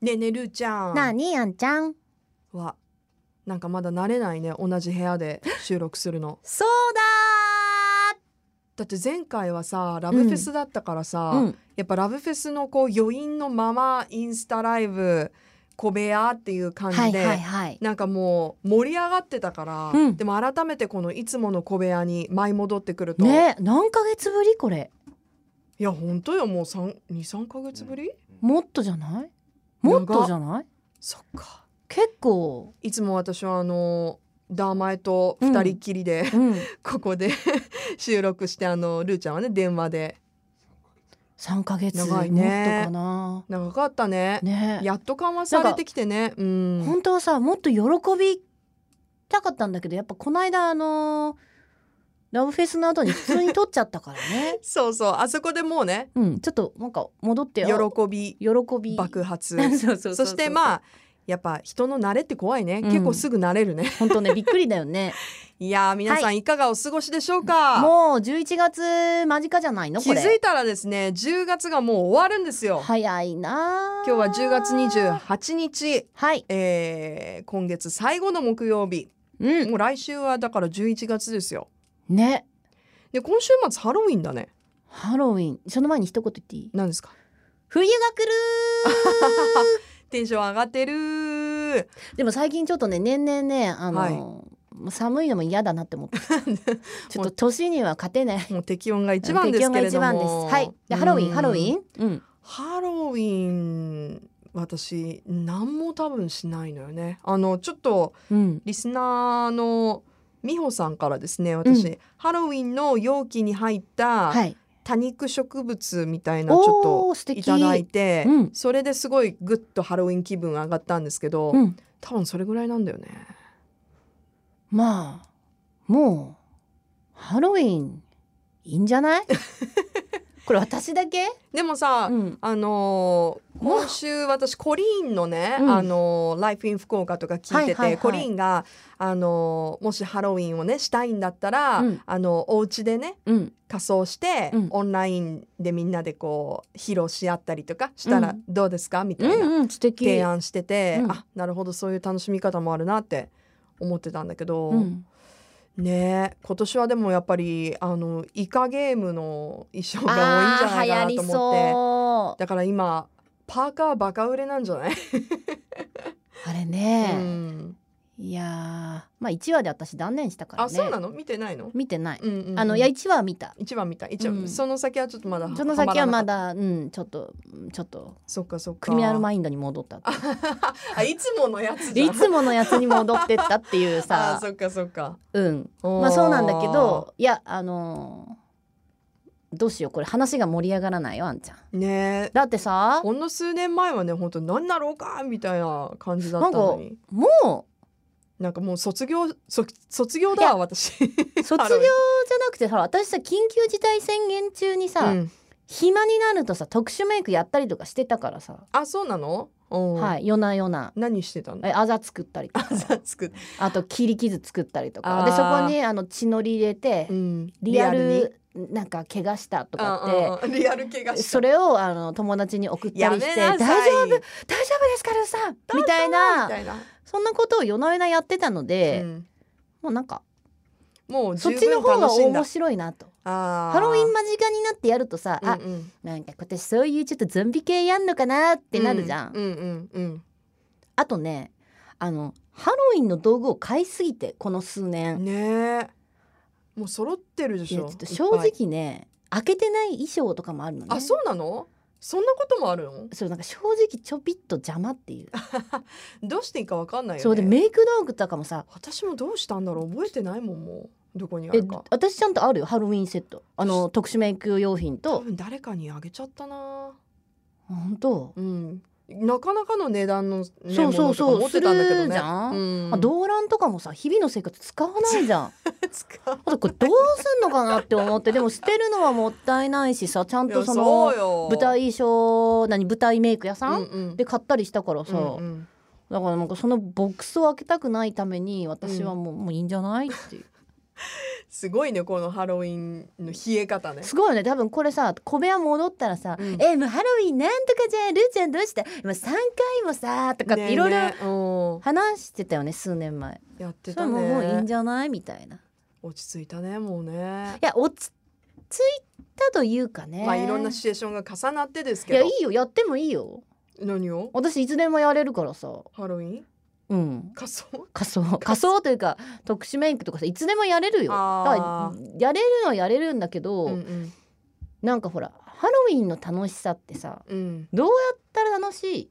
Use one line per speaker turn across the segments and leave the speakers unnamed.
ねえねえるーちゃん
なあにあんちゃん
はなんかまだ慣れないね同じ部屋で収録するの
そう
だって前回はさラブフェスだったからさ、
だうん
やっぱラブフェスのこう余韻のままインスタライブ小部屋っていう感
は
じ
い
で、
はいはい
なんかもう盛り上がってたから、
うん
でも改めてこのいつもの小部屋に舞い戻ってくると、
ね何ヶ月ぶりこれ
いや本当よもう23ヶ月ぶり、
もっとじゃないもっとじゃない
そっか
結構
いつも私はあのダーマエと二人っきりで、
うん
ここで収録してあのルーちゃんはね電話で
三ヶ月
長いね
もっとかな
長かったね
ね
やっと緩和されてきてねうん
本当はさもっと喜びたかったんだけどやっぱこの間あのーラブフェスの後に普通に撮っちゃったからね
そうそうあそこでも うね
うんちょっとなんか戻って
喜
よ
び
喜び
爆発
そうそうそう
そしてまあやっぱ人の慣れって怖いね、
ん
結構すぐ慣れるね
本当ねびっくりだよね
いやー皆さ
は
んいかがお過ごしでしょうか、
もう11月間近じゃないの
気
これ
づいたらですね10月がもう終わるんですよ
早いなあ
今日は10月28日、
はい
えー今月最後の木曜日
うん
もう来週はだから11月ですよ
ね
で今週末ハロウィンだね
ハロウィンその前に一言言っていい
何ですか
冬が来る
テンション上がってる
でも最近ちょっとね年々ねあの、
はい
もう寒いのも嫌だなって思 ってちょっと年には勝てない
もう適温が一番ですけれど
適温
も
が一番ですはいでハロウィ
う
ン
ん
ハロウィンうん
ハロウィン私何も多分しないのよねあのちょっと
うん
リスナーの美穂さんからですね私、
う
ハロウィンの容器に入った
はい
多肉植物みたいなちょっと
おー素敵
いただいて、
うん
それですごいグッとハロウィン気分上がったんですけど、
うん
多分それぐらいなんだよね
まあもうハロウィンいいんじゃない これ私だけ、
でもさ、
うん、
あのー
もう
今週私コリーンのね、
うん
あのーライフイン福岡とか聞いてて、
はいはいはい
コリーンがあのーもしハロウィンをねしたいんだったら、
うん
あのお家でね
うん
仮装して、
うん
オンラインでみんなでこう披露し合ったりとかしたら
うん
どうですか、みた
う
いなん
うん素敵
提案してて、
うん
あなるほどそういう楽しみ方もあるなって思ってたんだけど、
うん、
ねえ今年はでもやっぱりあのイカゲームの衣装が多いん
あ
じゃないか
ー
な
流
と
行り
思って
そ
だから今パーカーバカ売れなんじゃない、
うあれね、
うん、
いやーまあ1話で私断念したからね
あそうなの見てないの、
見てない、
うんうんうん
あのいや1話は見た
一番見た一番、
うん
その先はちょっとまだ
その先はま
ハマらなかっ
だうんちょっとちょっと
たそっかそっか
クリミナルマインドに戻ったっていう
あいつものやつじゃ
い
ん
つものやつに戻ってったってい う
あ
さ
そっかそっか
うん
ま
まあそうなんだけどいやあのーどうしようこれ話が盛り上がらないよあんちゃん
ねえ
だってさ
ほんの数年前はね本当何なろうかみたいな感じだったのに
も
なんかもう卒業そ卒業
い
だ
や
わ私
う卒業じゃなくてさ私さ緊急事態宣言中にさ、
うん
暇になるとさ特殊メイクやったりとかしてたからさ、
あそうなの、うん
はい夜な夜な
何してたの
えあざ作ったりとか
作っ
あと切り傷作ったりとかで
あ
そ
ー
こにあの血のり入れて、
うん
リアルなんか怪我したとかって。
うんうんうんリアル怪我した
それをあの友達に送った
や
り
め
して「
な
大
さ
丈
い
夫大丈夫ですからさん」みたい
み
な
たいな、
そんなことを夜な夜なやってたので、
うん
もうなんか
もう
そっ
十
ちの
分楽
方が
しんだ
面白いなと
ハ
ハロウィン間近になってやるとさ、あなんか今年そういうちょっとゾンビ系やんのかなってなるじゃん、
うんうんうん
あとねあのハロウィンの道具を買いすぎてこの数
う
年
ん、ねえもう揃ってるで
い
し
や
ょ
ちょっと
い
正
ぱい
直ね開けてない衣装とかもあるのね
あそうなのそんなこともあるの
そうなんか正直ちょびっと邪魔っていう、
どうしていいかわかんないよね
そうでメイク道具とかもさ
私もどうしたんだろう覚えてないもんもうどこにあ
え
るか
私ちゃんとあるよハロウィンセットあの特殊メイク用品
多
と
分誰かにあげちゃったな
本当、
うんなかなかの値段の、ね、
そうそうそう
ものとか持ってたんだけど
する
ね
じゃん
うん
あ動乱とかもさ日々の生活使わないじゃんあ
使う
とこれどうすんのかなって思ってでも捨てるのはもったいないしさちゃん
い
と
や
そ
そ
の
うよ
舞台衣装何舞台メイク屋さん、
うんうん
で買ったりしたからさ、
うんうん
だからなんかそのボックスを開けたくないために私はもう,、もういいんじゃないっていう
すごいねこのハロウィンの冷え方ね
すごいよね多分これさ小部屋戻ったらさ「
うん
えもうハロウィンなんとかじゃんルーちゃんどうした今3回もさ」とかっていろいろ
ねえねえう
話してたよね数年前
んやって
それ
た
ももういいん
ね
じゃないみたいな
落ち着いたねもうね
いや落ち着いたというかね
まあいろんなシチュエーションが重なってです
い
け
や
ど
いいよやってもいいよ
何を
私いつでもやれるからさ
ハロウィン
うん
仮装
仮装 仮装というか特殊メイクとかさいつでもやれるよだ
あ
か
ー
らやれるのはやれるんだけど、
うんうん
なんかほらハロウィンの楽しさってさ
うん
どうやったら楽し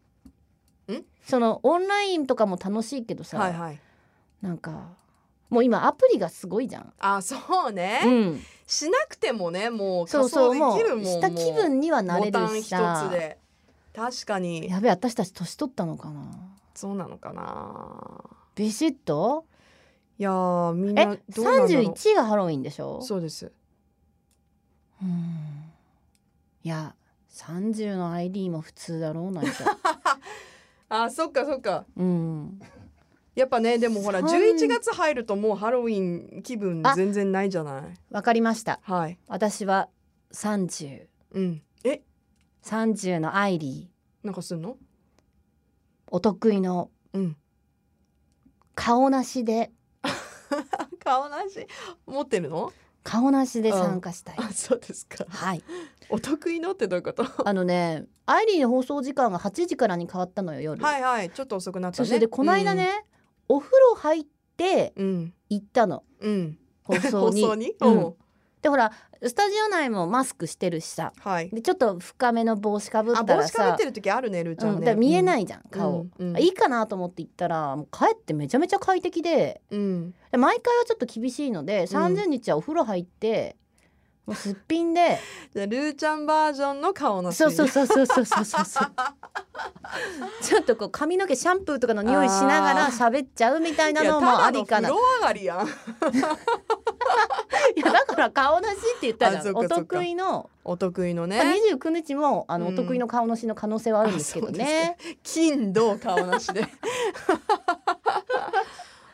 い
ん
そのオンラインとかも楽しいけどさ、
はいはい
なんかもう今アプリがすごいじゃん。
あそうね、
うん、
しなくてもねもう
そ
仮
う
装
そう
で
もう
きるもん
した気分にはなれ
ボタン
るし
一
さ
つで確かに
やべえ私たち年取ったのかな
そうなのかな
ビシッと
いやーみん
え
などうなんだろ
31がハロウィンでしょ
うそうです
うんいや30の ID も普通だろうな んて
あそっかそっか
うん
やっぱねでもほら
さん
11月入るともうハロウィン気分
あ
全然ないじゃない
わかりました
はい
私は3030
うんえ
の ID
なんかすんの
お得意の
うん
顔なしで
顔なし持ってるの
顔なしで参加したい、
あそうですか
はい
お得意のってどういうこと
あのねアイリーの放送時間が8時からに変わったのよ夜、
はいはいちょっと遅くなった
そ
ね
してでこの間ね、お風呂入って
うん
行ったの
うん
放
放
送に
送に、
うん
うん
でほらスタジオ内もマスクしてるしさ
はい
でちょっと深めの帽子かぶっ
あ
た
帽
ら
子かぶっ
さ
てる時あるねルーち
う
ゃ
ん
んね、
だから見えないいじゃん、顔、
うん
いいかなと思って行ったらもう帰ってめちゃめちゃ快適で
うん
で毎回はちょっと厳しいので30日はお風呂入って、もうすっぴ んで
じゃあルーちゃんバージョンの顔の
そうそうそうそうそうそ うそうそうちょっとこう髪の毛シャンプーとかの匂いしながら喋っちゃうみたい
い
な
や
の
た
も
だ
あり
の
か
風
な
呂上がりやん
いやだから顔なしって言ったじゃ
あそっ
ん
か
お
そっか
得意の
お得意の
まあ
ね
29日もあ
う
のお
ん
得意の顔なしの可能性はあるんですけど
あそう
ね。
金土顔な しで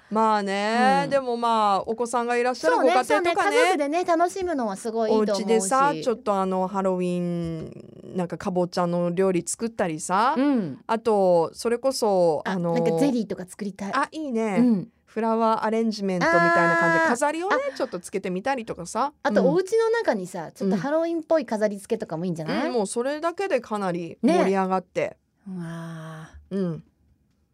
まあね、
うん
でもまあお子さんがいらっしゃる
そ
ご
う
家
ね
庭
そうね
とか
家
ね
族でね楽しむのはすごいい
お
いと思うし
家でさちょっとあのハロウィンなんかかぼちゃの料理作ったりさ、
うん、
あとそれこそ
あ
あの
なんかゼリーとか作りたい。
あいいね、
うん、
フラワーアレンジメントみたいな感じ
あ
で
ー
飾りをねちょっとつけてみたりとかさ
あとお
うん
家の中にさ、ちょっと
うん
ハロウィンっぽい飾り付けとかもいいんじゃない？
うんもうそれだけでかなり
ね
盛り上がって、
うわあ
うん、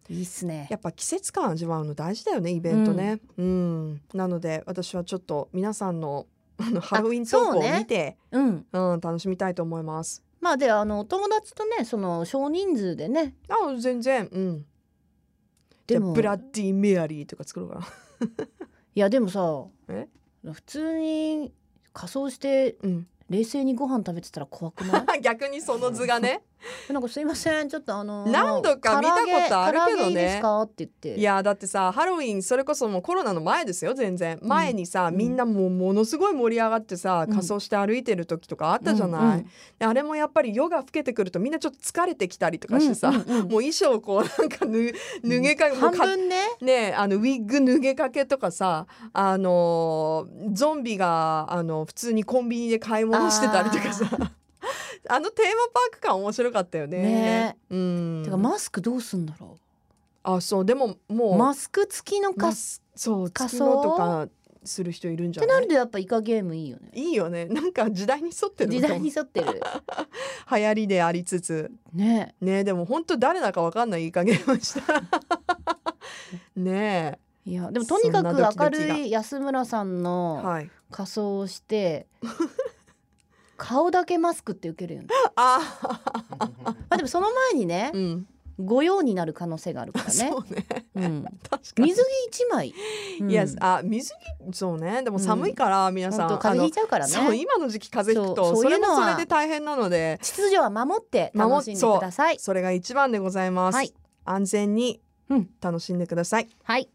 いいっすね
や。っぱ季節感味わうの大事だよねイベントね、うんなので私はちょっと皆さんの あのハロウィン投
そ
稿
うね
を見て
うん。
う、ん、楽しみたいと思います。
まあであのお友達とねその少人数でね。
あ全然、うん、じ
で
ゃあ
も
ブラッディ・メアリーとか作ろうかな。
いやでもさ
え
普通に仮装して
うん、
冷静にご飯食べてたら怖く ない？
逆にその図 がね
なんかすいませんちょっとあの
何度か見たことあるけどね
唐揚げいいですかって言って
いやだってさハロウィンそれこそもうコロナの前ですよ全然前にさ、
うん
みんなもうものすごい盛り上がってさ、
うん
仮装して歩いてる時とかあったじゃない、
うんうん
であれもやっぱり夜が更けてくるとみんなちょっと疲れてきたりとかしてさ、
うんうんうん
もう衣装こうなんかぬ脱げかけ、もう
半
か
分ね
ねえあのウィッグ脱げかけとかさあのーゾンビがあの普通にコンビニで買い物してたりとかさ あのテーマパーク感面白かったよね。
ね
うん
てかマスクどうすんだろ
あそうでもも
う
う、
マスク付きの
ま
仮装
そう
仮
月の
装
とかする人いるんじ
っ
ゃ
て
な
ないるとやっぱイカゲームいいよね
いいよね なんか時代に沿ってる
時
のか
代
も
に沿ってる
流行りでありつつ
ね
ねでも本当誰だかわかんないいい加減をした ね
いやでもとにか
そん
く
なドキ
明
ドキが
るい安村さん
え
の
はい
仮装をして、 顔だけマスクって受けるよね
あ
まあでもその前にね
ーうん
御用になる可能性があるからね
そうね
うん、
確かに
水着一枚、うん
いやあ水着そうねでも寒いから皆さ
本
ん
当風邪ひいちゃうからね
あのそう今の時期風邪ひく
そ
と
う
そ
そうい
れ
うのは
もそれで大変なので
秩序は守って楽しんでください。
それが一番でございます
はい
安全に
うん
楽しんでください
はい。